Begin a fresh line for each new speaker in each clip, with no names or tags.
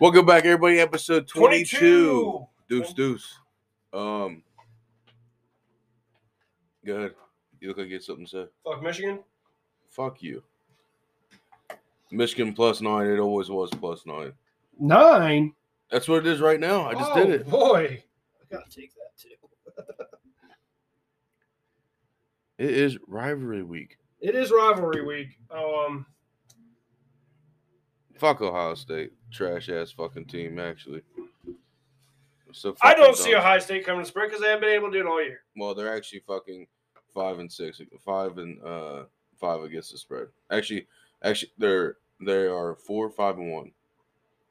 Welcome back, everybody. Episode 22. Deuce, deuce. Um, go ahead. You look like you had something to say.
Fuck Michigan.
Fuck you. Michigan plus nine. It always was plus nine.
Nine.
That's what it is right now. I just
Oh,
did it.
Boy, I gotta take that too.
It is rivalry week.
It is rivalry week. Um,
Fuck Ohio State. Trash ass fucking team, actually. So
I
fucking
don't see
dumb.
Ohio State coming to spring because they haven't been able to do it all year.
Well, they're actually fucking five and six, five and uh five against the spread. Actually, actually, they're they are four, five, and one.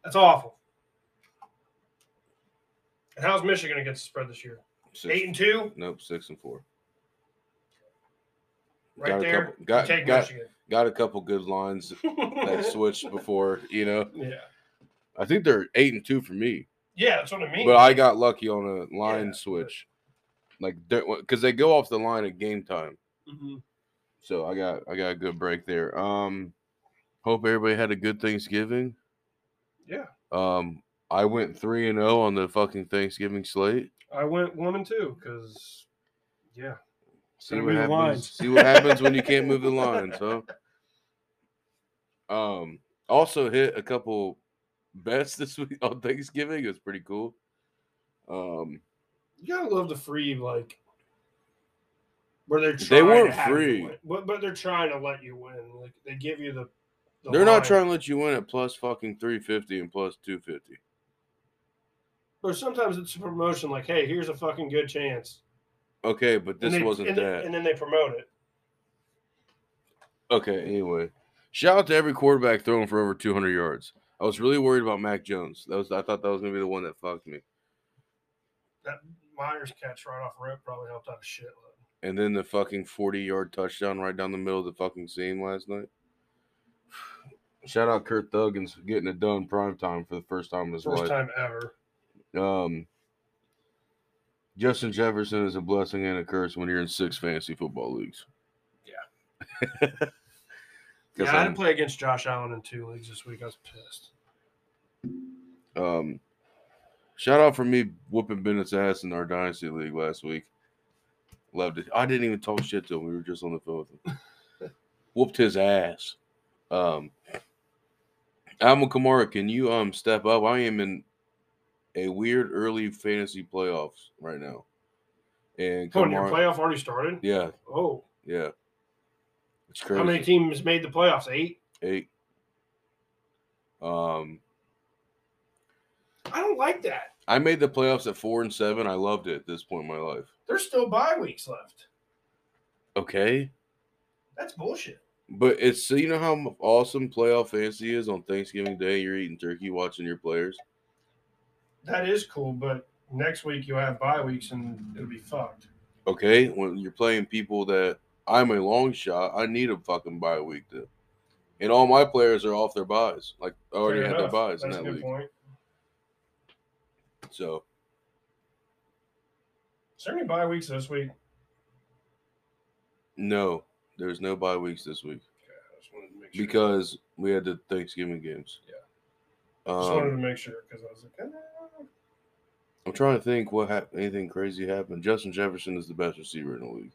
That's awful. And how's Michigan against the spread this year?
Six,
Eight and two,
nope, six and four.
right
got
there.
A couple, got
take
got
Michigan.
got a couple good lines that switched before. You know,
yeah,
I think they're eight and two for me,
yeah, that's what I mean.
but I got lucky on a line
Yeah, but-
switch, like because they go off the line at game time.
Mhm.
So I got I got a good break there. Um hope everybody had a good Thanksgiving.
Yeah.
Um I went 3 and 0 on the fucking Thanksgiving slate.
I went one and two because yeah,
See
Gotta
what
move the
happens.
lines.
See what happens when you can't move the lines, huh? Um also hit a couple bets this week on Thanksgiving. It was pretty cool. Um
you gotta love the free like where they're
They
trying
weren't
to have you
free.
win, but but they're trying to let you win. Like they give you the, the
they're not
line.
trying to let you win at plus fucking 350 and plus 250.
Or sometimes it's a promotion, like, hey, here's a fucking good chance.
Okay, but this
and they,
wasn't
and,
that.
and then they promote it.
Okay, anyway. Shout out to every quarterback throwing for over 200 yards. I was really worried about Mac Jones. That was I thought that was going to be the one that fucked me.
That Myers catch right off rip probably helped out a shitload.
And then the fucking 40-yard touchdown right down the middle of the fucking seam last night. Shout out Kurt Thuggins for getting it done prime time for the first time in his
First
life.
time ever.
Um Justin Jefferson is a blessing and a curse when you're in six fantasy football leagues. Yeah.
Yeah, I had to play against Josh Allen in two leagues this week. I was pissed.
Um, shout out for me whooping Bennett's ass in our dynasty league last week. Loved it. I didn't even talk shit to him. We were just on the phone with him. Whooped his ass. Um, Alvin Kamara, can you um step up? I am in a weird early fantasy playoffs right now, and
Oh, and your
Kamara-
playoff already started?
yeah,
Oh.
yeah, it's crazy.
How many teams made the playoffs? Eight?
Eight. Um,
I don't like that.
I made the playoffs at four and seven. I loved it at this point in my life.
There's still bye weeks left.
Okay.
That's bullshit.
But it's so you know how m- awesome playoff fantasy is on Thanksgiving Day. You're eating turkey, watching your players.
That is cool, but next week you'll have bye weeks and it'll be fucked.
Okay, when you're playing people that I'm a long shot, I need a fucking bye week to. And all my players are off their buys. Like I already
Fair
had their
enough.
buys in that
That's a good
league.
point.
So
Is there any bye weeks this week?
no, there's no bye weeks this week
I just wanted to make
because we had the Thanksgiving games. Yeah.
Just wanted to
Um,
make sure because I was like, "Ah."
I'm trying to think what hap- anything crazy happened. Justin Jefferson is the best receiver in the league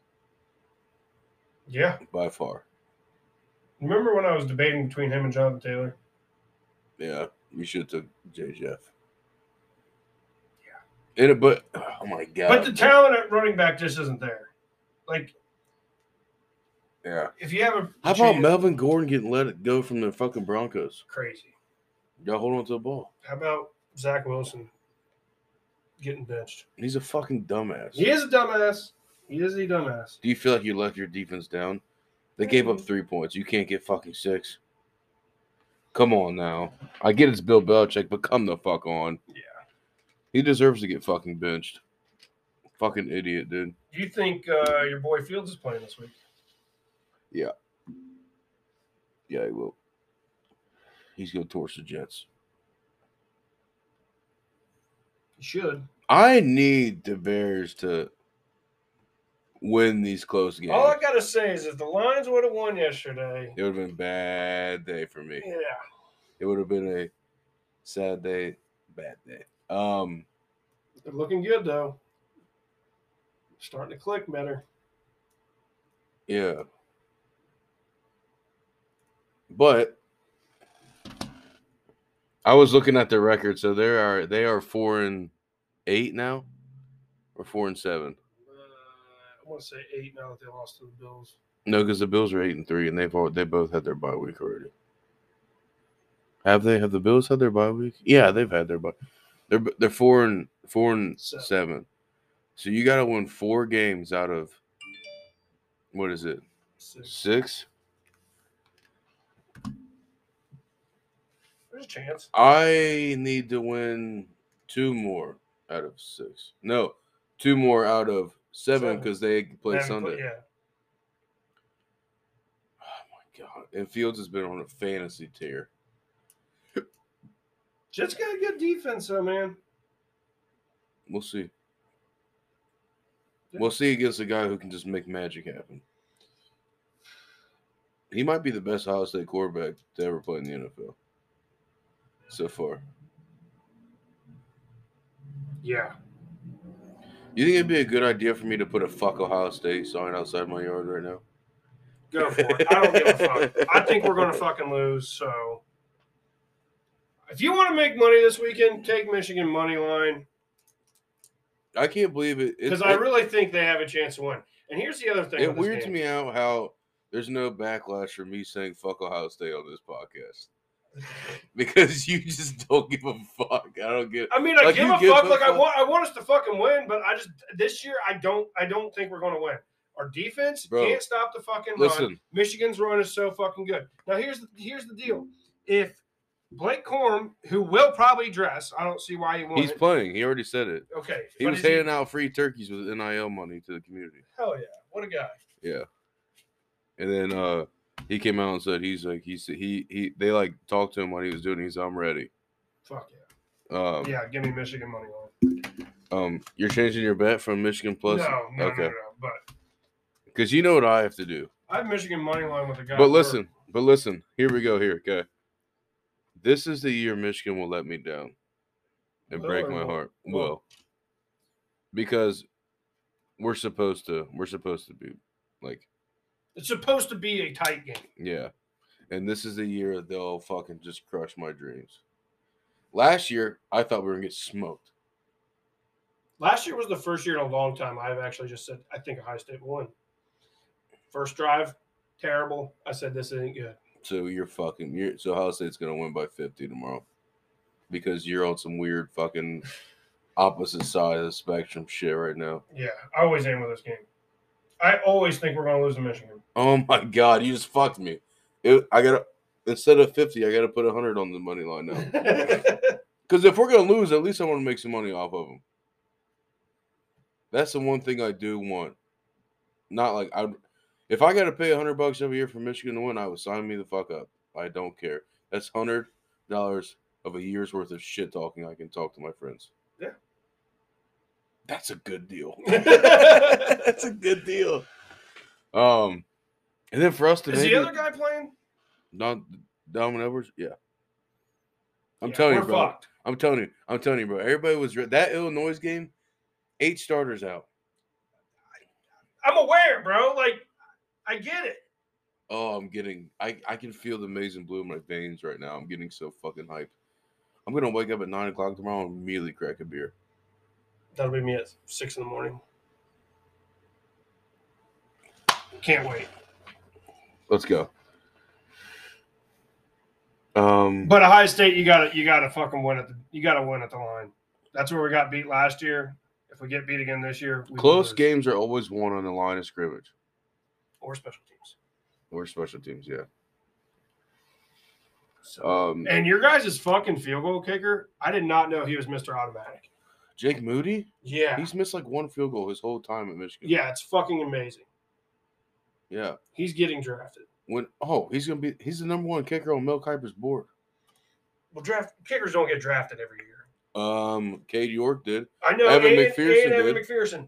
yeah.
by far.
Remember when I was debating between him and Jonathan Taylor?
Yeah, you should have took J Jeff. Yeah. It, but oh my god.
But the talent at running back just isn't there. Like
Yeah.
if you have a
How about Melvin Gordon getting let it go from the fucking Broncos?
crazy.
Y'all hold on to the ball.
How about Zach Wilson getting benched?
He's a fucking dumbass.
He is a dumbass. He is a dumbass.
Do you feel like you left your defense down? They gave up three points. You can't get fucking six. Come on now. I get it's Bill Belichick, but come the fuck on.
Yeah.
He deserves to get fucking benched. Fucking idiot, dude.
Do you think uh, your boy Fields is playing this week?
Yeah, he will. He's gonna torch the Jets.
He should.
I need the Bears to win these close games.
All I gotta say is, if the Lions would have won yesterday,
It would have been a bad day for me.
yeah,
It would have been a sad day, bad day. Um,
they're looking good though. Starting to click better.
yeah. But I was looking at their record, so they are they are four and eight now, or four and seven.
Uh, I want to say eight now that they lost to the Bills.
No, because the Bills are eight and three, and they've all, they both had their bye week already. Have they? Have the Bills had their bye week? Yeah, they've had their bye. They're b- they're four and four and
Seven.
seven. So you got to win four games out of what is it?
Six.
Six.
There's a chance.
I need to win two more out of six. No, two more out of seven
Seven.
because they play
They haven't
Sunday.
played- yeah,
Oh my god! And Fields has been on a fantasy tear.
Jets got a good defense though, man.
We'll see.
Yeah.
We'll see against a guy who can just make magic happen. He might be the best Ohio State quarterback to ever play in the NFL so far.
Yeah,
You think it'd be a good idea for me to put a fuck Ohio State sign outside my yard right now?
go for it. I don't give a fuck. I think we're gonna fucking lose. So, if you want to make money this weekend, take Michigan money line.
I can't believe it. It,
because I
it-
really think they have a chance to win. And here's the other thing.
it
with this
weirds
game.
me out how there's no backlash for me saying fuck Ohio State on this podcast because you just don't give a fuck. I don't get
I mean, I
Like,
give
you
a
give
fuck.
a
Like I
fuck.
want, I want us to fucking win. But I just this year, I don't, I don't think we're going to win. Our defense
Bro,
can't stop the fucking run.
Listen,
Michigan's run is so fucking good. Now here's the, here's the deal. If Blake Corm, who will probably dress, I don't see why he won't.
he's playing. He already said it.
okay.
He
but
was
is he-
handing out free turkeys with NIL money to the community.
Hell yeah! What a guy.
Yeah. And then uh he came out and said he's like he said he he they like talked to him while he was doing it. he's I'm ready.
Fuck
Um
yeah. Yeah, give me Michigan money line.
um you're changing your bet from Michigan plus
no, no,
okay.
no, no, no. But
cuz you know what I have to do.
I have Michigan money line with a guy.
But
who-
listen, but listen, here we go here, okay. This is the year Michigan will let me down and
Will
break
or
my
won't?
heart.
Won't.
Will. Because we're supposed to we're supposed to be like
it's supposed to be a tight game.
Yeah. And this is the year they'll fucking just crush my dreams. Last year, I thought we were gonna get smoked.
Last year was the first year in a long time I've actually just said I think Ohio State won. First drive, terrible. I said this ain't good.
So you're fucking you're so Ohio State's gonna win by fifty tomorrow. Because you're on some weird fucking opposite side of the spectrum shit right now.
Yeah, I always aim with this game. I always think we're gonna lose to Michigan.
Oh my god, you just fucked me. It, I gotta instead of fifty, I gotta put hundred on the money line now. Because if we're gonna lose, at least I want to make some money off of them. That's the one thing I do want. Not like I, if I got to pay hundred bucks every year for Michigan to win, I would sign me the fuck up. I don't care. That's hundred dollars of a year's worth of shit talking I can talk to my friends.
Yeah.
that's a good deal. that's a good deal. Um, and then for us to
Is
maybe
the other guy playing?
not Domin Edwards, yeah. I'm
Yeah,
telling you,
we're
bro.
fucked.
I'm telling you, I'm telling you, bro. Everybody was re- that Illinois game, eight starters out.
I'm aware, bro. Like I get it.
Oh, I'm getting, I, I can feel the amazing blue in my veins right now. I'm getting so fucking hyped. I'm gonna wake up at nine o'clock tomorrow and immediately crack a beer.
That'll be me at six in the morning. Can't wait.
Let's go. Um,
But Ohio State, you got to you got to fucking win at the you got to win at the line. That's where we got beat last year. If we get beat again this year, we
close
lose.
games are always won on the line of scrimmage.
or special teams.
Or special teams, yeah.
So.
Um,
and your guys' fucking field goal kicker, I did not know he was Mr. Automatic.
Jake Moody,
Yeah.
he's missed like one field goal his whole time at Michigan.
yeah, it's fucking amazing.
Yeah.
He's getting drafted.
When oh, he's gonna be he's the number one kicker on Mel Kiper's board.
Well, draft kickers don't get drafted every year.
Um, Cade York did.
I know.
Evan
and,
McPherson
and Evan McPherson.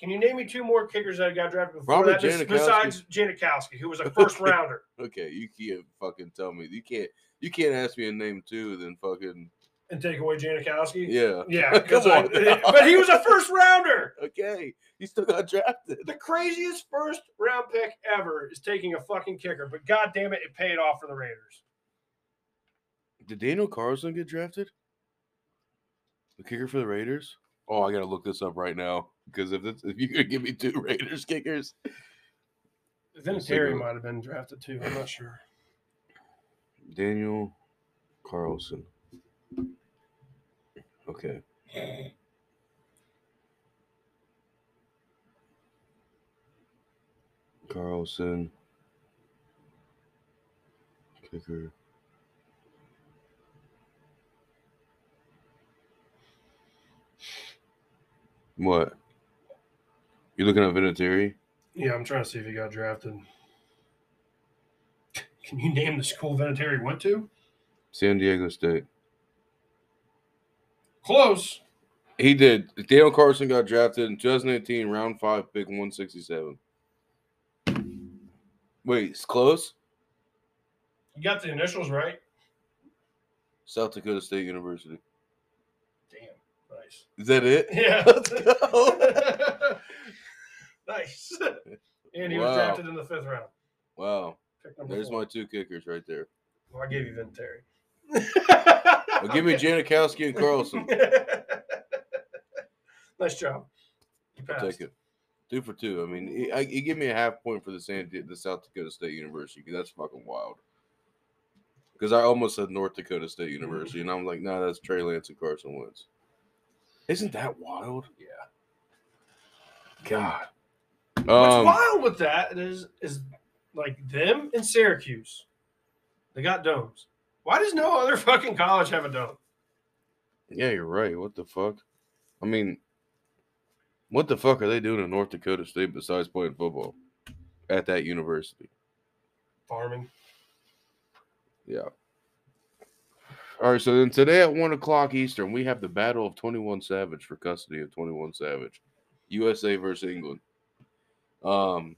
Can you name me two more kickers that got drafted before
Robert
that? bes-
Janikowski.
Besides Janikowski, who was a first rounder.
Okay, you can't fucking tell me you can't you can't ask me a name too. Then fucking
And take away Janikowski?
yeah.
Yeah, 'cause
Come
I-
on now.
but he was a first rounder.
Okay, he still got drafted.
The craziest first round pick ever is taking a fucking kicker, but god damn it, it paid off for the Raiders.
Did Daniel Carlson get drafted? The kicker for the Raiders. Oh, I gotta look this up right now because if it's, if you could give me two Raiders kickers,
Vinatieri might have been drafted too. I'm not sure.
Daniel Carlson. Okay. Carlson. Kicker. What? You looking at Vinatieri?
Yeah, I'm trying to see if he got drafted. Can you name the school Vinatieri went to?
San Diego State.
Close.
He did. Daniel Carlson got drafted in 2018, round five, pick 167. Wait, it's close?
You got the initials right.
South Dakota State University.
Damn. Nice.
Is that it?
Yeah.
Let's go.
nice. And he
Wow.
was drafted in the fifth round.
Wow.
Pick number
There's
four.
my two kickers right there.
Well, I gave you Vinatieri.
Well, give me Janikowski and Carlson.
nice job. You
I'll
passed.
take it. Two for two. I mean, he, I, he give me a half point for the San Di- the South Dakota State University 'cause that's fucking wild. Because I almost said North Dakota State University, and I'm like, nah, that's Trey Lance and Carson Wentz. Isn't that wild?
Yeah.
God.
What's
Um,
wild with that is is like them and Syracuse. They got domes. Why does no other fucking college have a dome?
yeah, you're right. What the fuck? I mean, what the fuck are they doing in North Dakota State besides playing football at that university?
Farming.
Yeah. All right. So then today at one o'clock Eastern, we have the battle of 21 Savage for custody of 21 Savage, USA versus England. Um,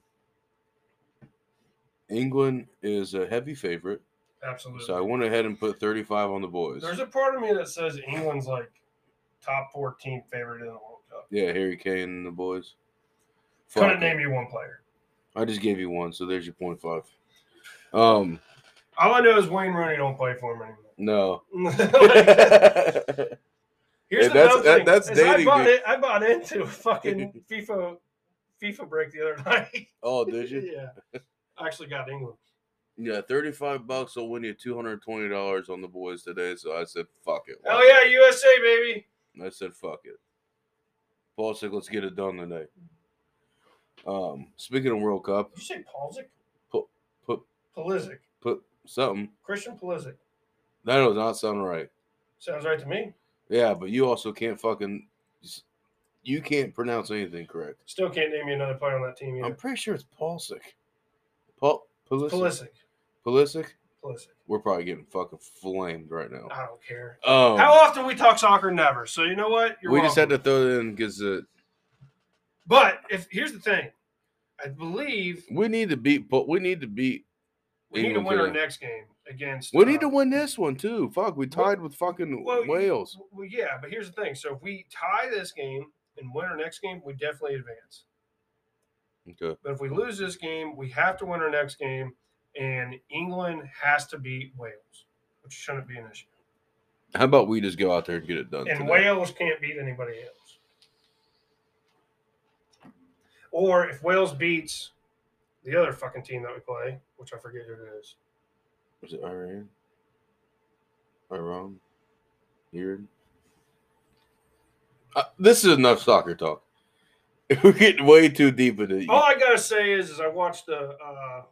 England is a heavy favorite,
Absolutely.
so I went ahead and put 35 on the boys.
There's a part of me that says England's like top 14 favorite in the World Cup.
Yeah, Harry Kane and the boys.
Couldn't
Fuck.
name you one player.
I just gave you one, so there's your point five. Um,
All I know is Wayne Rooney don't play for him anymore.
no.
Like, here's
Yeah,
the
that's-
dumb
that-
thing.
that's
is I
dating
bought
me.
it. I bought into fucking FIFA FIFA break the other night.
oh, did you?
yeah. I actually got England.
Yeah, thirty-five bucks will win you two hundred twenty dollars on the boys today. So I said, "Fuck it."
Oh yeah, USA baby.
I said, "Fuck it." Paul said, "Let's get it done tonight." Um, speaking of World Cup,
Did you say Pulisic?
Pu- pu-
Pulisic.
put something
Christian Pulisic.
that does not sound right.
Sounds right to me.
Yeah, but you also can't fucking you can't pronounce anything correct.
Still can't name you another player on that team
I'm
either.
pretty sure it's Paulsic. Paul Pulisic.
Pulisic.
Pulisic.
Pulisic.
We're probably getting fucking flamed right now.
I don't care.
Um,
How often we talk soccer? Never. So you know what?
we just had
welcome.
to throw it in because uh,
But if here's the thing, I believe
we need to beat. But we need to beat.
we need to
England
win our
today.
next game against.
We need
uh,
to win this one too. Fuck, we tied with fucking
well,
Wales.
Well, yeah, but here's the thing. So if we tie this game and win our next game, we definitely advance.
Okay.
But if we lose this game, we have to win our next game, and England has to beat Wales, which shouldn't be an issue.
How about we just go out there and get it done?
And
today?
Wales can't beat anybody else. Or if Wales beats the other fucking team that we play, which I forget who it is,
Is it Iran? Iran? Iran? Uh, this is enough soccer talk.
Oh,
We're getting way too deep into it.
All I gotta say is, is I watched the uh,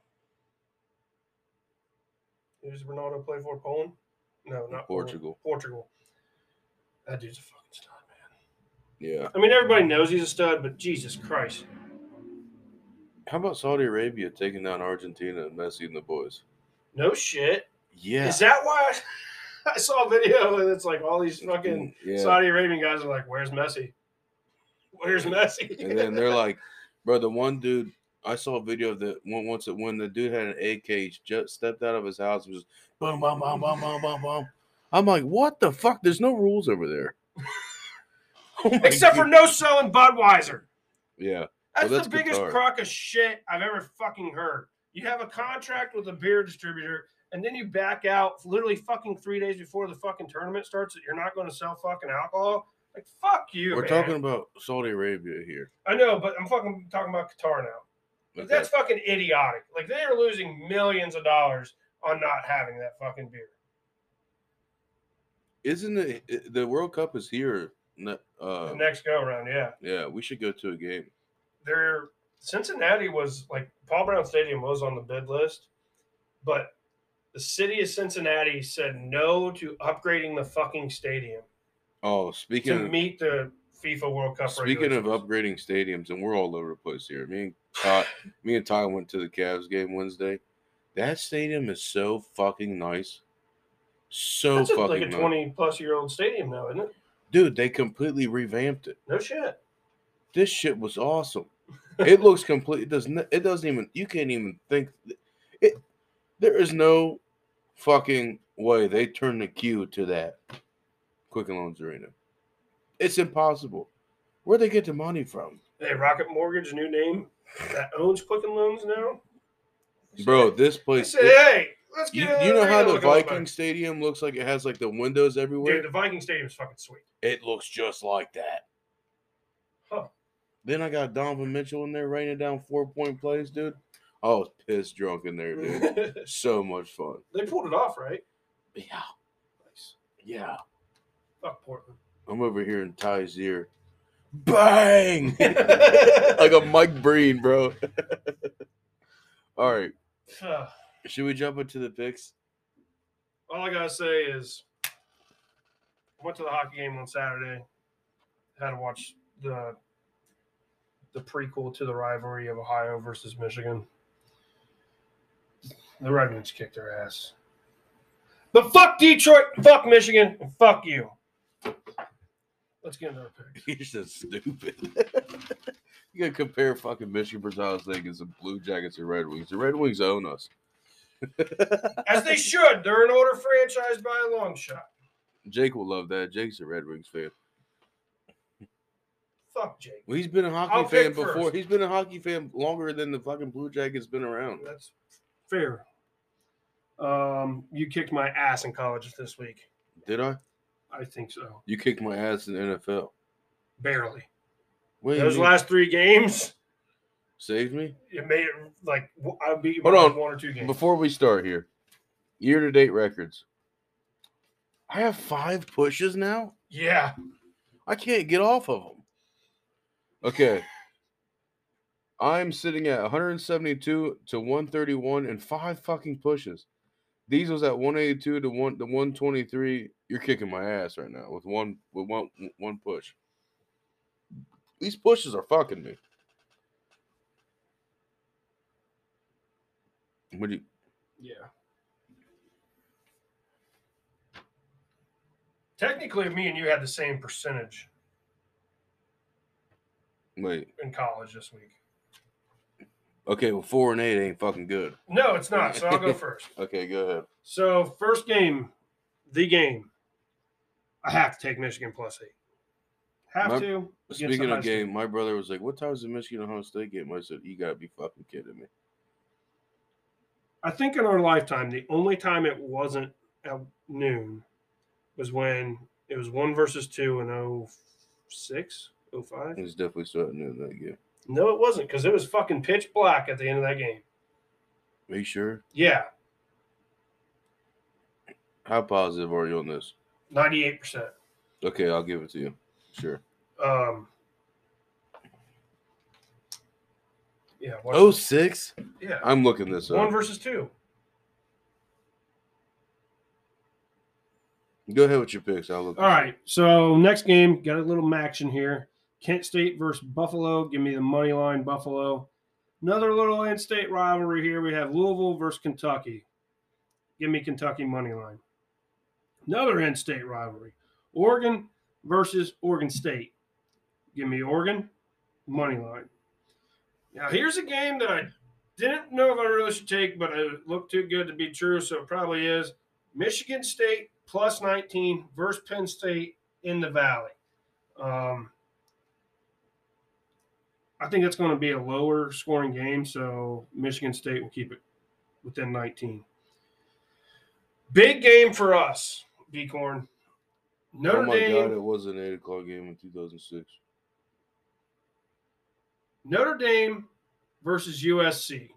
Who's Ronaldo play for? Poland? No, not Poland.
Portugal.
Portugal. That dude's a fucking stud, man.
Yeah.
I mean, everybody knows he's a stud, but Jesus Christ.
How about Saudi Arabia taking down Argentina and Messi and the boys?
No shit.
Yeah.
Is that why I, I saw a video and it's like all these fucking
yeah.
Saudi Arabian guys are like, where's Messi? Where's Messi?
And then they're like, bro, the one dude I saw a video of that one once that when the dude had an egg cage, just stepped out of his house and was boom, boom, boom, boom, boom, boom, boom. I'm like, what the fuck? There's no rules over there. Oh my
Except for
God.
no selling Budweiser.
yeah, Well,
That's,
that's
the biggest
Qatar.
crock of shit I've ever fucking heard. You have a contract with a beer distributor, and then you back out literally fucking three days before the fucking tournament starts that you're not going to sell fucking alcohol. Like fuck you.
we're
man.
talking about Saudi Arabia here.
I know, but I'm fucking talking about Qatar now. Like,
Okay.
That's fucking idiotic. Like they are losing millions of dollars on not having that fucking beer.
Isn't it i- the World Cup is here? ne-
The
Uh,
next go round, yeah.
yeah, we should go to a game.
They're Cincinnati was like Paul Brown Stadium was on the bid list, but the city of Cincinnati said no to upgrading the fucking stadium
Oh, speaking
to
of,
meet the FIFA World Cup.
speaking of
regulations.
upgrading stadiums, and we're all over the place here. Me and Ty, me and Ty went to the Cavs game Wednesday. That stadium is so fucking nice. So
that's a-
fucking
like a
nice.
twenty plus year old stadium now, isn't it?
Dude, they completely revamped it.
No shit.
This shit was awesome. It looks complete. It doesn't. It doesn't even. You can't even think. It. There is no fucking way they turn the queue to that Quicken Loans Arena. It's impossible. Where'd they get the money from,
Hey, Rocket Mortgage, new name that owns Quicken Loans now.
bro? This
They
place.
said, hey, let's
you,
get. another
you know how
arena
the
looking up,
Viking Stadium looks like it has like the windows everywhere.
Dude, the Viking Stadium's fucking sweet.
it looks just like that.
Huh.
Then I got Donovan Mitchell in there raining down four point plays, dude. I was pissed drunk in there, dude.
they
so much fun.
pulled it off, right?
Yeah. Yeah.
Fuck Portland.
I'm over here in Ty's ear. Bang!
Ugh.
like a Mike Breen, bro. All right. Should we jump into the picks?
All I gotta say is, I went to the hockey game on Saturday. Had to watch the the prequel to the rivalry of Ohio versus Michigan. The Red Wings kicked their ass. But fuck Detroit, fuck Michigan, and fuck you. Let's get another pick.
You're so stupid. you gotta compare fucking Michigan versus Ohio State against the Blue Jackets and Red Wings. The Red Wings own us.
As they should. They're an older franchise by a long shot.
Jake will love that. Jake's a Red Wings fan.
Fuck Jake.
Well, he's been a hockey
I'll
fan
pick
before.
first.
He's been a hockey fan longer than the fucking Blue Jackets been around.
That's fair. Um, you kicked my ass in college this week.
Did I?
I think so.
You kicked my ass in the NFL.
Barely.
Wait,
Those last three games,
saved me.
it made it like w- I beat you
Hold
by
on.
one or two games.
Before we start here, year to date records. I have five pushes now.
yeah.
I can't get off of them. Okay. I'm sitting at 172 to 131 and five fucking pushes. Diesel's at 182 to one to 123. You're kicking my ass right now with one with one one push. These pushes are fucking me. What do you
Yeah. Technically, me and you had the same percentage
wait?
in college this week.
Okay, well, four and eight ain't fucking good.
No, it's not. So I'll go first.
Okay, go ahead.
So first game, the game. I have to take Michigan plus eight. Have
My-
to. against the
Speaking
high
of
school.
game, my brother was like, "What time is the Michigan Ohio State game?" I said, "You gotta be fucking kidding me."
I think in our lifetime, the only time it wasn't at noon was when it was one versus two in 06, 05.
It's definitely starting in that game.
No, it wasn't because it was fucking pitch black at the end of that game.
Are you sure?
Yeah,
How positive are you on this?
98%.
Okay, I'll give it to you. Sure.
Um, yeah, it wasn't-
Oh six.
yeah.
I'm looking this
One
up.
versus two.
Go ahead with your picks. I'll look.
All right. So next game, got a little action here. Kent State versus Buffalo. Give me the money line, Buffalo. Another little in-state rivalry here. We have Louisville versus Kentucky. Give me Kentucky money line. Another in-state rivalry. Oregon versus Oregon State. Give me Oregon money line. Now here's a game that I didn't know if I really should take, but it looked too good to be true, so it probably is. Michigan State plus 19 versus Penn State in the Valley. Um, I think that's going to be a lower scoring game, so Michigan State will keep it within 19. Big game for us, Bicorn. Notre
oh my
Dame.
god, it was an eight o'clock game in 2006.
Notre Dame versus USC.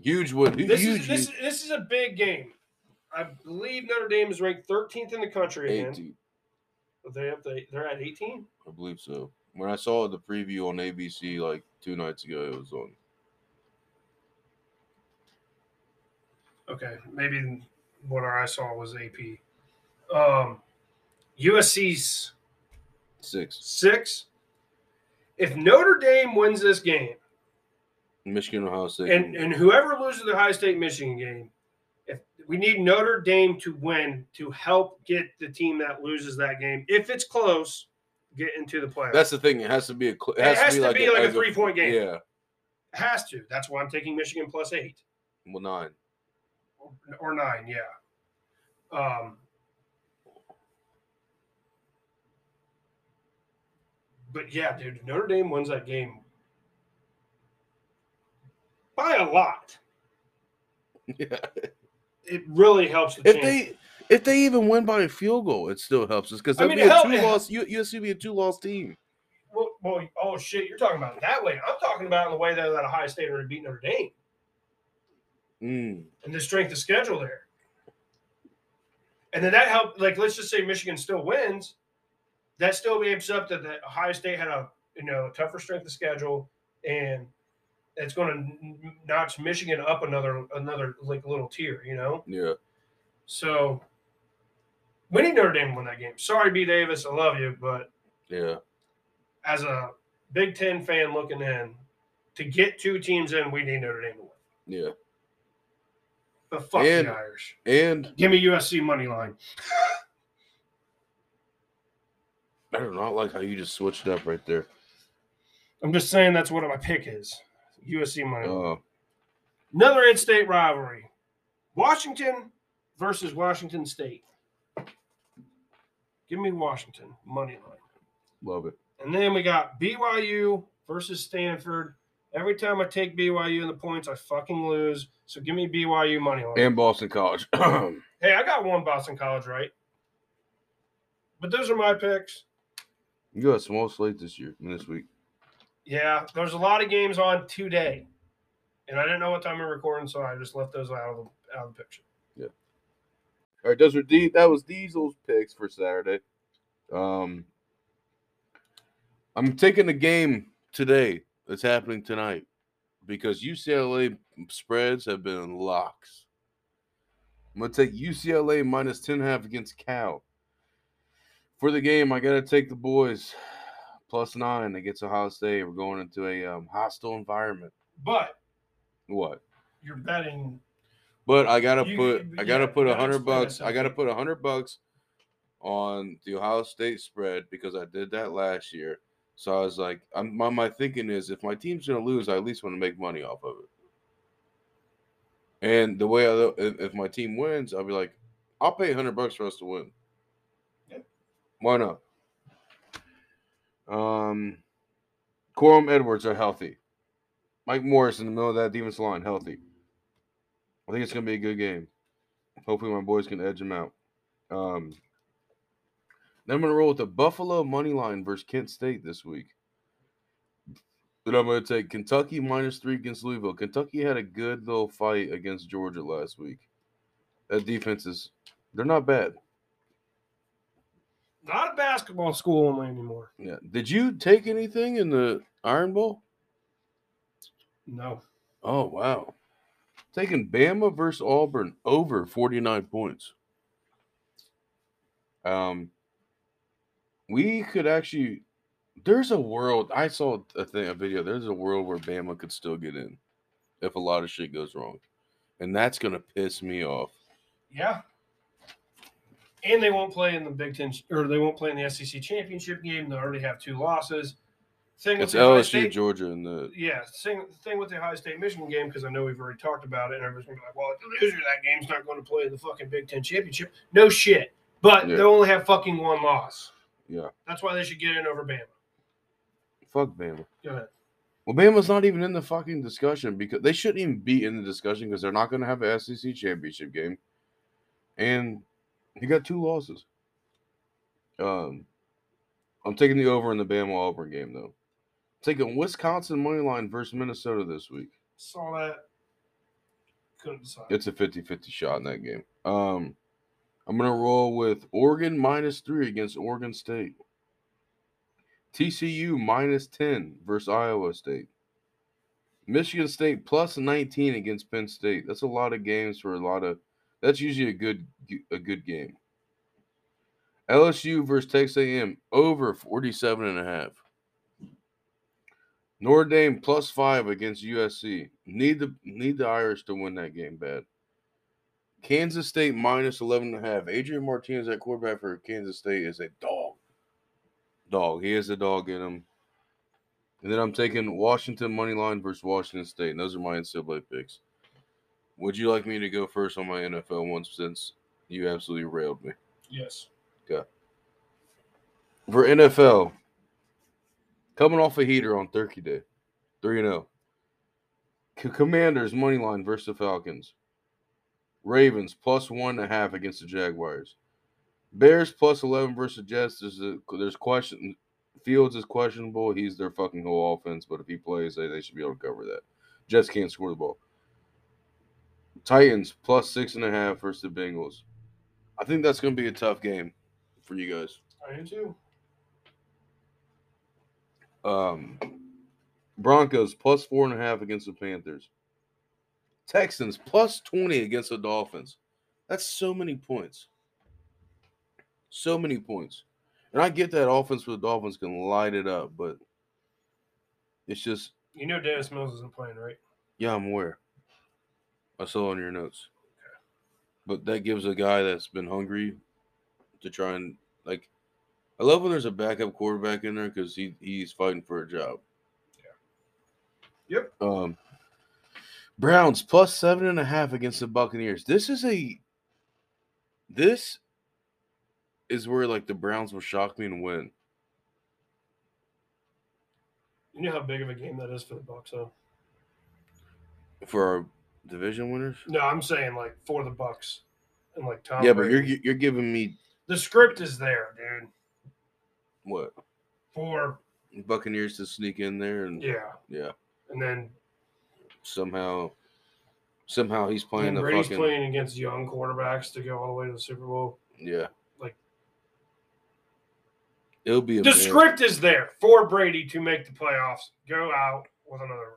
Huge win.
This
huge.
is this, is this is a big game. I believe Notre Dame is ranked 13th in the country again.
18,
Are They up they, they're at 18.
I believe so. When I saw the preview on ABC like two nights ago, it was on.
Okay, maybe what I saw was AP. Um, USC's
Six.
six. If Notre Dame wins this game,
Michigan, Ohio State.
and and whoever loses the high state Michigan game, if we need Notre Dame to win to help get the team that loses that game, if it's close, get into the playoffs.
That's the thing. It has to be a. cl-
It has to be like a
as
three-point game.
Yeah.
has to. That's why I'm taking Michigan plus eight
Well, nine.
or nine. Yeah. Um. But yeah, dude, if Notre Dame wins that game by a lot.
Yeah.
It really helps the
If
champ.
they if they even win by a field goal, it still helps us because
I
that'd
mean,
be a
hell-
two loss. USC would be a two loss team.
Well, well, oh shit, you're talking about it that way. I'm talking about in the way that that Ohio State already beat Notre Dame
Mm.
and the strength of schedule there. And then that helped. Like, let's just say Michigan still wins. That still makes up that the Ohio State had a you know tougher strength of schedule, and it's going to notch Michigan up another another like little tier. You know,
Yeah.
so we need Notre Dame to win that game. Sorry, B Davis, I love you, but
Yeah.
as a Big Ten fan looking in, to get two teams in, we need Notre Dame to win.
Yeah.
But fuck
And-
the Irish.
And
Give me USC money line.
I don't know. I like how you just switched up right there.
I'm just saying that's what my pick is. USC money. line.
Uh,
Another in-state rivalry: Washington versus Washington State. Give me Washington money line.
love it.
And then we got BYU versus Stanford. Every time I take BYU in the points, I fucking lose. So give me BYU money line.
And Boston College.
Hey, I got one Boston College right. But those are my picks.
you got a small slate this year, this week.
Yeah, there's a lot of games on today. And I didn't know what time we we're recording, so I just left those out of the out of the picture.
All right, those were D- that was Diesel's picks for Saturday. Um, I'm taking the game today that's happening tonight because UCLA spreads have been locks. I'm gonna take UCLA minus 10 and a half against Cal. For the game, I gotta take the boys plus nine against Ohio State. We're going into a um, hostile environment.
But
What?
you're betting
But I gotta
You-
put
you-
I gotta
yeah,
put a
gotta
hundred
explain
bucks. I
yourself.
gotta put a hundred bucks on the Ohio State spread because I did that last year. So I was like, I'm, my my thinking is if my team's gonna lose, I at least want to make money off of it. And the way I, lo- if, if my team wins, I'll be like, I'll pay hundred bucks for us to win.
Yeah.
Why not? Um, Corum Edwards are healthy. Mike Morris in the middle of that defense line healthy. I think it's gonna be a good game. Hopefully, my boys can edge him out. Um, then I'm gonna roll with the Buffalo money line versus Kent State this week. Then I'm gonna take Kentucky minus three against Louisville. Kentucky had a good little fight against Georgia last week. That defense is they're not bad.
not a basketball school only anymore.
Yeah. Did you take anything in the Iron Bowl?
No.
Oh wow. Taking Bama versus Auburn over 49 points. Um, we could actually. There's a world. I saw a thing, a video. There's a world where Bama could still get in if a lot of shit goes wrong, and that's gonna piss me off.
Yeah. And they won't play in the Big Ten or they won't play in the SEC championship game. They already have two losses. Thing with
It's
the Ohio
LSU,
State-
Georgia, and the
Yeah, same thing with the Ohio State Michigan game because I know we've already talked about it, and everyone's gonna be like, "Well, the loser of that game's not going to play in the fucking Big Ten championship." No shit, but
Yeah.
they only have fucking one loss.
Yeah.
that's why they should get in over Bama.
fuck Bama.
Go ahead.
Well, Bama's not even in the fucking discussion because they shouldn't even be in the discussion because they're not going to have an SEC championship game, and you got two losses. Um, I'm taking the over in the Bama Auburn game though. Taking Wisconsin money line versus Minnesota this week.
Saw that. Couldn't decide.
It's a 50-50 shot in that game. Um, I'm gonna roll with Oregon minus three against Oregon State. TCU minus ten versus Iowa State. Michigan State plus 19 against Penn State. That's a lot of games for a lot of. That's usually a good a good game. LSU versus Texas A&M over 47 and a half. Notre Dame plus five against USC. Need the need the Irish to win that game bad. Kansas State minus 11 and a half. Adrian Martinez at quarterback for Kansas State is a dog. Dog. He is a dog in him. And then I'm taking Washington money line versus Washington State. And those are my NCAA picks. Would you like me to go first on my NFL ones since you absolutely railed me?
yes.
For NFL, coming off a heater on Turkey Day, 3 0. Commanders, money line versus the Falcons. Ravens, plus one and a half against the Jaguars. Bears, plus 11 versus the Jets. There's, a, there's question. Fields is questionable. He's their fucking whole offense, but if he plays, they, they should be able to cover that. Jets can't score the ball. Titans, plus six and a half versus the Bengals. I think that's going to be a tough game for you guys.
I do too.
Um, Broncos plus four and a half against the Panthers. Texans plus 20 against the Dolphins. That's so many points. So many points. And I get that offense for the Dolphins can light it up, but it's just,
You know Dennis Mills isn't playing, right?
yeah, I'm aware. I saw on your notes. But that gives a guy that's been hungry to try and, like, I love when there's a backup quarterback in there because he, he's fighting for a job.
Yep.
Um, Browns plus seven and a half against the Buccaneers. This is a this is where like the Browns will shock me and win.
You know how big of a game that is for the Bucks, though.
For our division winners.
No, I'm saying like for the Bucks and like Tom.
yeah,
Brady.
but you're you're giving me
the script is there, dude.
what?
For
Buccaneers to sneak in there and yeah,
yeah, and then
somehow somehow he's playing
And
the
Brady's
fucking
playing against young quarterbacks to go all the way to the Super Bowl.
yeah.
like-
it'll be a
The
man-
script is there for Brady to make the playoffs, go out with another.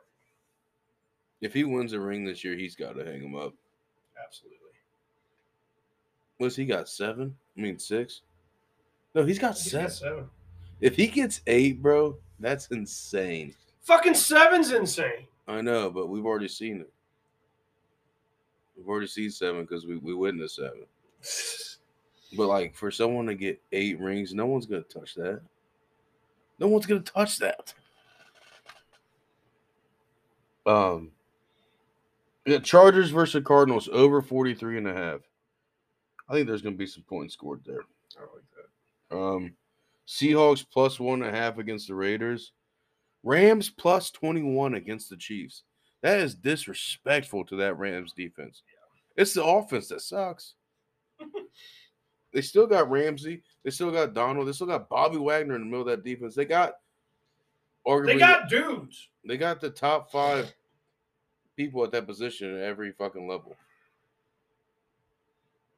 if he wins a ring this year, he's got to hang him up.
Absolutely.
What's he got? Seven? I mean six? No, he's got
He's
seven.
got seven.
If he gets eight, bro, that's insane.
Fucking seven's insane.
I know, but we've already seen it. We've already seen seven because we, we witnessed seven. But like for someone to get eight rings, no one's gonna touch that. No one's gonna touch that. Um yeah, Chargers versus Cardinals over 43 and a half. I think there's gonna be some points scored there.
I like that.
Um, Seahawks plus one and a half against the Raiders. Rams plus 21 against the Chiefs. That is disrespectful to that Rams defense. It's the offense that sucks. they still got Ramsey. They still got Donald. They still got Bobby Wagner in the middle of that defense. They got arguably
They got dudes.
they got the top five people at that position at every fucking level.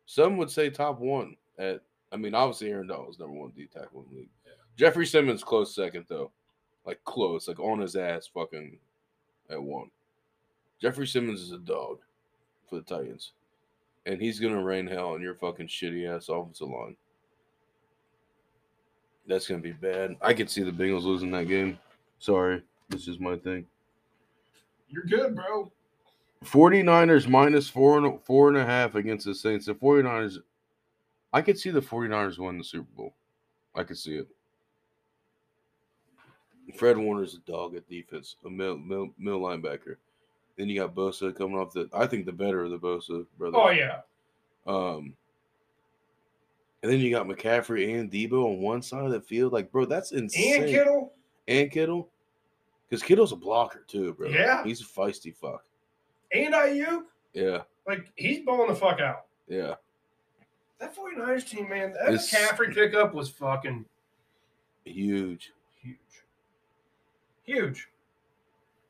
Some would say top one at. I mean, obviously Aaron Donald is number one D tackle in the league. Jeffrey Simmons close second though, like close, like on his ass, fucking at one. Jeffrey Simmons is a dog for the Titans, and he's gonna rain hell on your fucking shitty ass offensive line. That's gonna be bad. I could see the Bengals losing that game. Sorry, this is my thing.
You're good, bro.
49ers minus four and four and a half against the Saints. The 49ers, I could see the 49ers win the Super Bowl. I could see it. Fred Warner's a dog at defense, a middle, middle, middle linebacker. Then you got Bosa coming off the, I think the better of the Bosa brother.
Oh yeah.
Um, and then you got McCaffrey and Debo on one side of the field. Like, bro, that's insane.
And Kittle.
And Kittle, because Kittle's a blocker too, bro.
Yeah.
he's a feisty fuck.
And IU.
Yeah,
Like he's blowing the fuck out.
yeah.
That 49ers team, man, that
It's-
McCaffrey pickup was fucking
huge.
huge. Huge.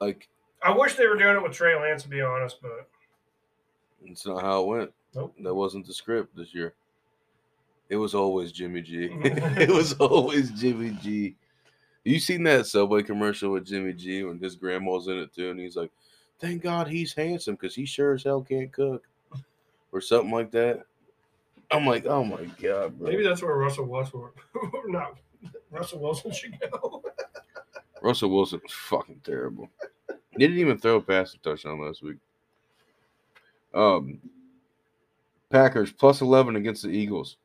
Like
I wish they were doing it with Trey Lance, to be honest, but
it's not how it went.
Nope.
That wasn't the script this year. It was always Jimmy G. it was always Jimmy G. You seen that Subway commercial with Jimmy G when his grandma's in it too, and he's like, "Thank God he's handsome because he sure as hell can't cook," or something like that. I'm like, "Oh my god, bro!"
maybe that's where Russell Westbrook, not Russell Wilson, should go.
Russell Wilson was fucking terrible. he didn't even throw a passing touchdown last week. Um, Packers plus eleven against the Eagles.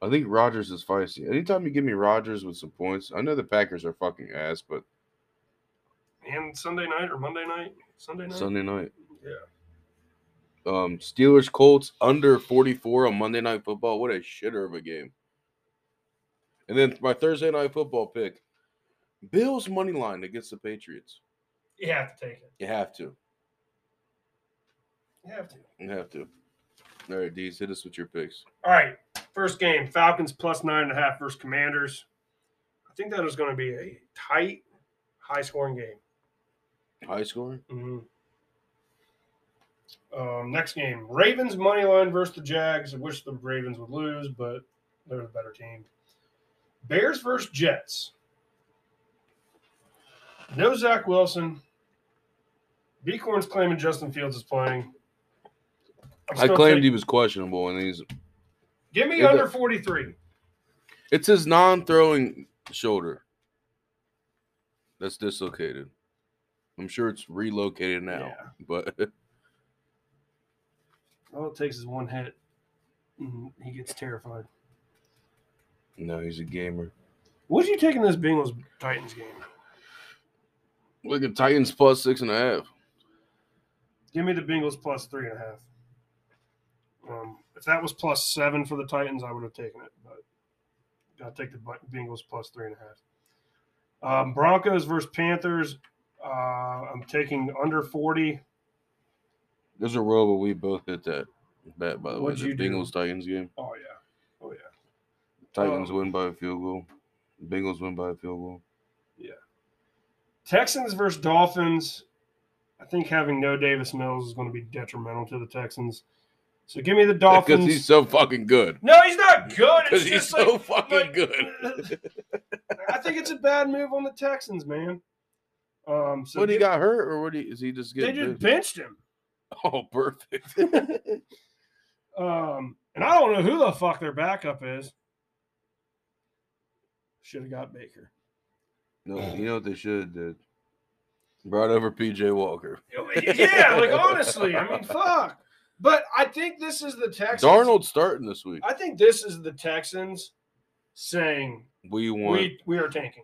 I think Rodgers is feisty. Anytime you give me Rodgers with some points, I know the Packers are fucking ass, but
and Sunday night or Monday night? Sunday night?
Sunday night.
Yeah.
Um, Steelers Colts under 44 on Monday Night Football. What a shitter of a game. And then my Thursday Night Football pick Bills money line against the Patriots.
You have to take it.
You have to.
You have to.
You have to. All right, D's, hit us with your picks.
All right. First game, Falcons plus nine and a half versus Commanders. I think that is going to be a tight, high scoring game.
High scoring?
Mhm. Um, next game, Ravens money line versus the Jags. I wish the Ravens would lose, but they're the better team. Bears versus Jets. No Zach Wilson. Bicorn's claiming Justin Fields is playing. I'm
I
still
claimed he
taking-
was questionable, and he's
Give me
Yeah,
under
but-
43.
it's his non throwing shoulder that's dislocated. I'm sure it's relocated now,
Yeah.
but
All it takes is one hit. and He gets terrified.
no, he's a gamer.
What did you take in this Bengals Titans game?
Look at Titans plus six and a half.
Give me the Bengals plus three and a half. Um, if that was plus seven for the Titans, I would have taken it, but I'll take the Bu- Bengals plus three and a half. Um, Broncos versus Panthers. Uh, I'm taking under 40.
There's a row where we both hit that bet, by the
What'd
way.
you
The
do?
Bengals Titans game.
Oh, yeah.
Titans
Oh.
win by a field goal. Bengals win by a field goal.
Texans versus Dolphins. I think having no Davis Mills is going to be detrimental to the Texans. So give me the
Because
Dolphins.
he's so fucking good.
no, he's not good. It's
Because he's
just
so
like,
fucking
like-
good.
I think it's a bad move on the Texans, man. Um, so
what he
give-
got hurt, or what he is he just
They
getting?
just
bit?
benched him.
Oh, perfect.
Um, and I don't know who the fuck their backup is. Should have got Baker.
no, you know what they should have did? Brought over PJ Walker.
Yeah, like honestly, I mean, fuck. But I think this is the Texans.
Darnold starting this week.
I think this is the Texans saying
We want.
we we are tanking.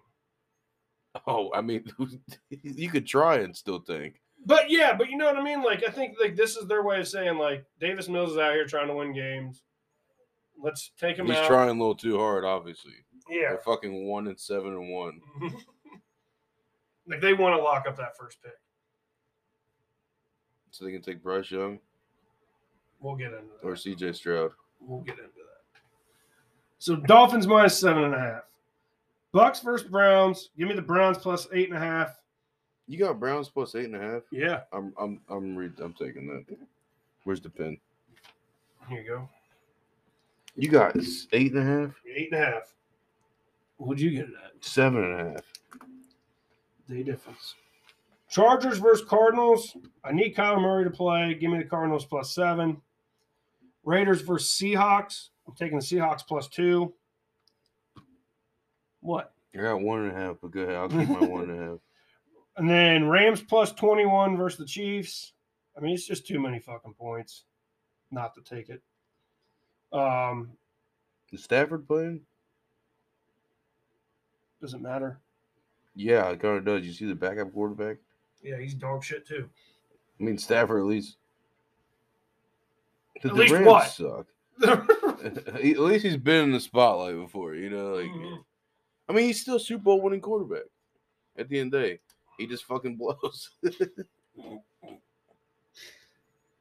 Oh, I mean, you could try and still tank.
But yeah, but you know what I mean. Like I think like this is their way of saying like Davis Mills is out here trying to win games. Let's take him
He's
out.
trying a little too hard, obviously.
yeah,
They're fucking one and seven and one.
like they want to lock up that first pick.
So they can take Bryce Young
We'll get into that.
or CJ Stroud.
We'll get into that. So Dolphins minus seven and a half. Bucks versus Browns. Give me the Browns plus eight and a half.
You got Browns plus eight and a half.
Yeah.
I'm I'm I'm re- I'm taking that. Where's the pin?
Here you go.
You got s- eight and a half,
Eight and a half. What'd you get it at?
seven and a half.
The difference. Chargers versus Cardinals. I need Kyle Murray to play. Give me the Cardinals plus seven. Raiders versus Seahawks. I'm taking the Seahawks plus two. What?
I got one and a half, but go ahead. I'll keep my one and a half.
And then Rams plus 21 versus the Chiefs. I mean, it's just too many fucking points not to take it. Um,
Is Stafford playing?
doesn't matter.
Yeah, it kind of does. You see the backup quarterback?
Yeah, he's dog shit too.
I mean, Stafford at least.
At least what?
suck. at least he's been in the spotlight before, you know. Like,
Mhm.
I mean, he's still Super Bowl winning quarterback. At the end of the day, he just fucking blows.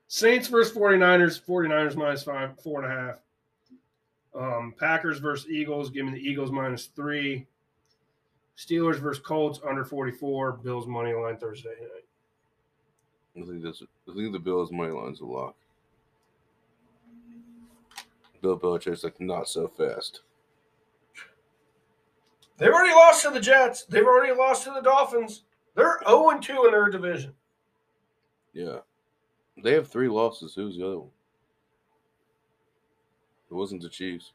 Saints versus 49ers, 49ers minus five, four and a half. Um, Packers versus Eagles, give me the Eagles minus three. Steelers versus Colts under 44, Bills money line Thursday night.
I think that's. I think the Bills money line's a lock. Bill Belichick's like not so fast.
They've already lost to the Jets. They've already lost to the Dolphins. They're 0 2 in their division.
Yeah, they have three losses. Who's the other one? It wasn't the Chiefs.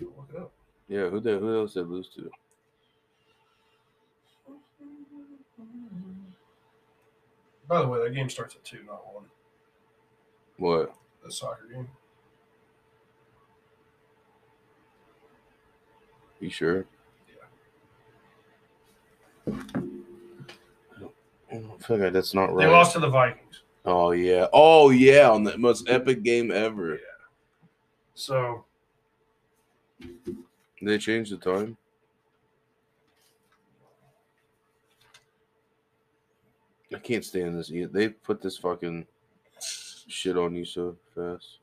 Look it up.
Yeah, who the who else did they lose to?
By the way, that game starts at 2, not 1.
What?
The soccer game.
You sure? I don't- I feel like that's not right.
They lost to the Vikings.
Oh yeah. Oh yeah. On the most epic game ever.
So
They changed the time. I can't stand this. e- They put this fucking shit on you so fast.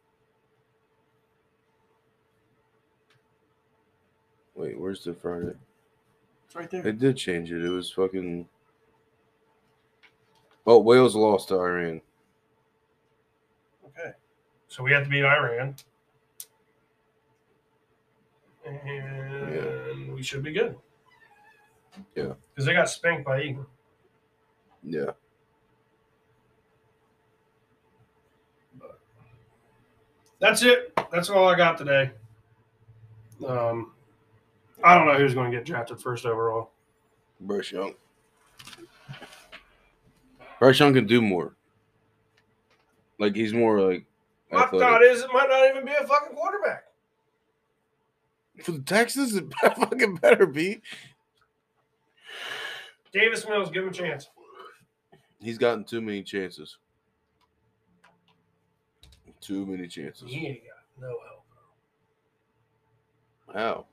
Wait, where's the Friday?
it's right there.
They did change it. It was fucking. Oh, Wales lost to Iran.
Okay. So we have to beat Iran. And we should be good.
Yeah.
Because they got spanked by England.
Yeah.
That's it. That's all I got today. Um, I don't know who's going to get drafted first overall.
Bryce Young. Bryce Young can do more. Like he's more like
My thought is it might not even be a fucking quarterback.
for the Texans. It fucking better be.
Davis Mills, give him a chance.
He's gotten too many chances. Too many chances.
He ain't got no help.
How?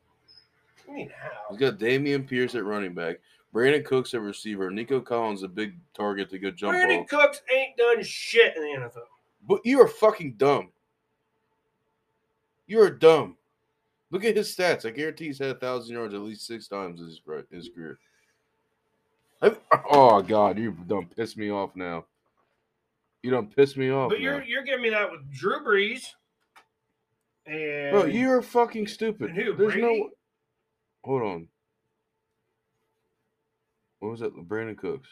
I mean, how?
He's got Damian Pierce at running back, Brandon Cooks at receiver, Nico Collins a big target to go jump
Brandon
ball.
Cooks ain't done shit in the NFL.
But you are fucking dumb. You are dumb. Look at his stats. I guarantee he's had a thousand yards at least six times in his, ri- his career. I- oh God, you done pissed me off now. You done pissed me off.
But you're
now.
you're giving me that with Drew Brees. And
Bro, you're fucking stupid.
And who,
There's no.
Brady?
Hold on. What was that? Brandon Cooks.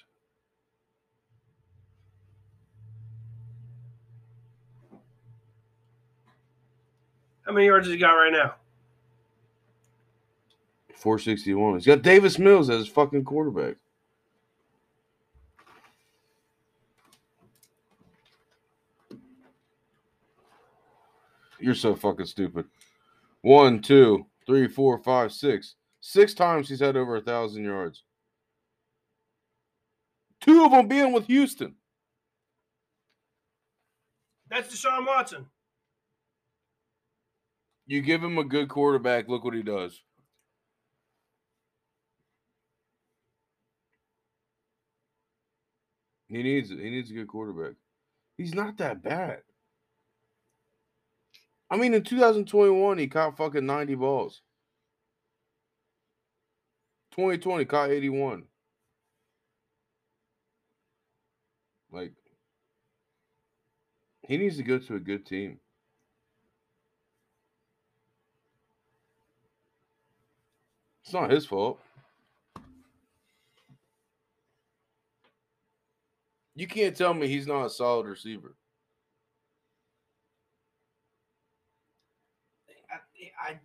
how many yards has he got right now?
461. He's got Davis Mills as his fucking quarterback. You're so fucking stupid. One, two, three, four, five, six. Six times he's had over a thousand yards. Two of them being with Houston.
That's Deshaun Watson.
You give him a good quarterback, look what he does. He needs it. He needs a good quarterback. He's not that bad. I mean, in 2021, he caught fucking 90 balls. 2020 caught 81. Like, he needs to go to a good team. It's not his fault. You can't tell me he's not a solid receiver.
I, I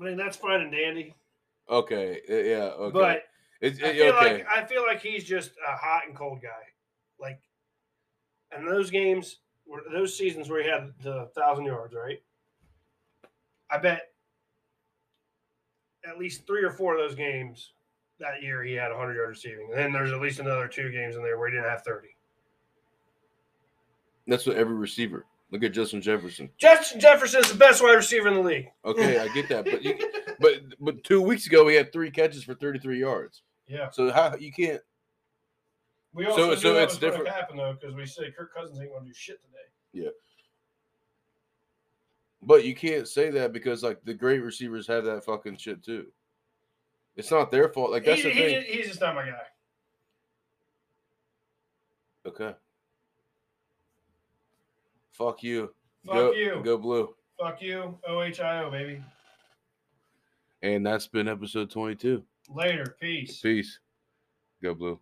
I mean, that's fine and dandy.
Okay. uh, Yeah. Okay.
But
it's,
I
it-
feel
okay.
like I feel like he's just a hot and cold guy. Like, and those games, were those seasons where he had the thousand yards, right? I bet at least three or four of those games that year he had 100 yard receiving. And then there's at least another two games in there where he didn't have 30.
That's what every receiver. Look at Justin Jefferson.
Justin Jefferson's the best wide receiver in the league.
Okay, I get that, but you, but but two weeks ago we had three catches for 33 yards.
Yeah.
So how you can't?
We
So- also knew so that it's was gonna different.
happen though because we said Kirk Cousins ain't going to do shit today.
But you can't say that because like the great receivers have that fucking shit too. It's not their fault. Like that's
He-
the
he-
thing.
he's just not my guy.
Okay. Fuck you.
Fuck
go,
you.
Go blue.
Fuck you, OHIO, baby.
And that's been episode 22.
Later. Peace.
Peace. Go blue.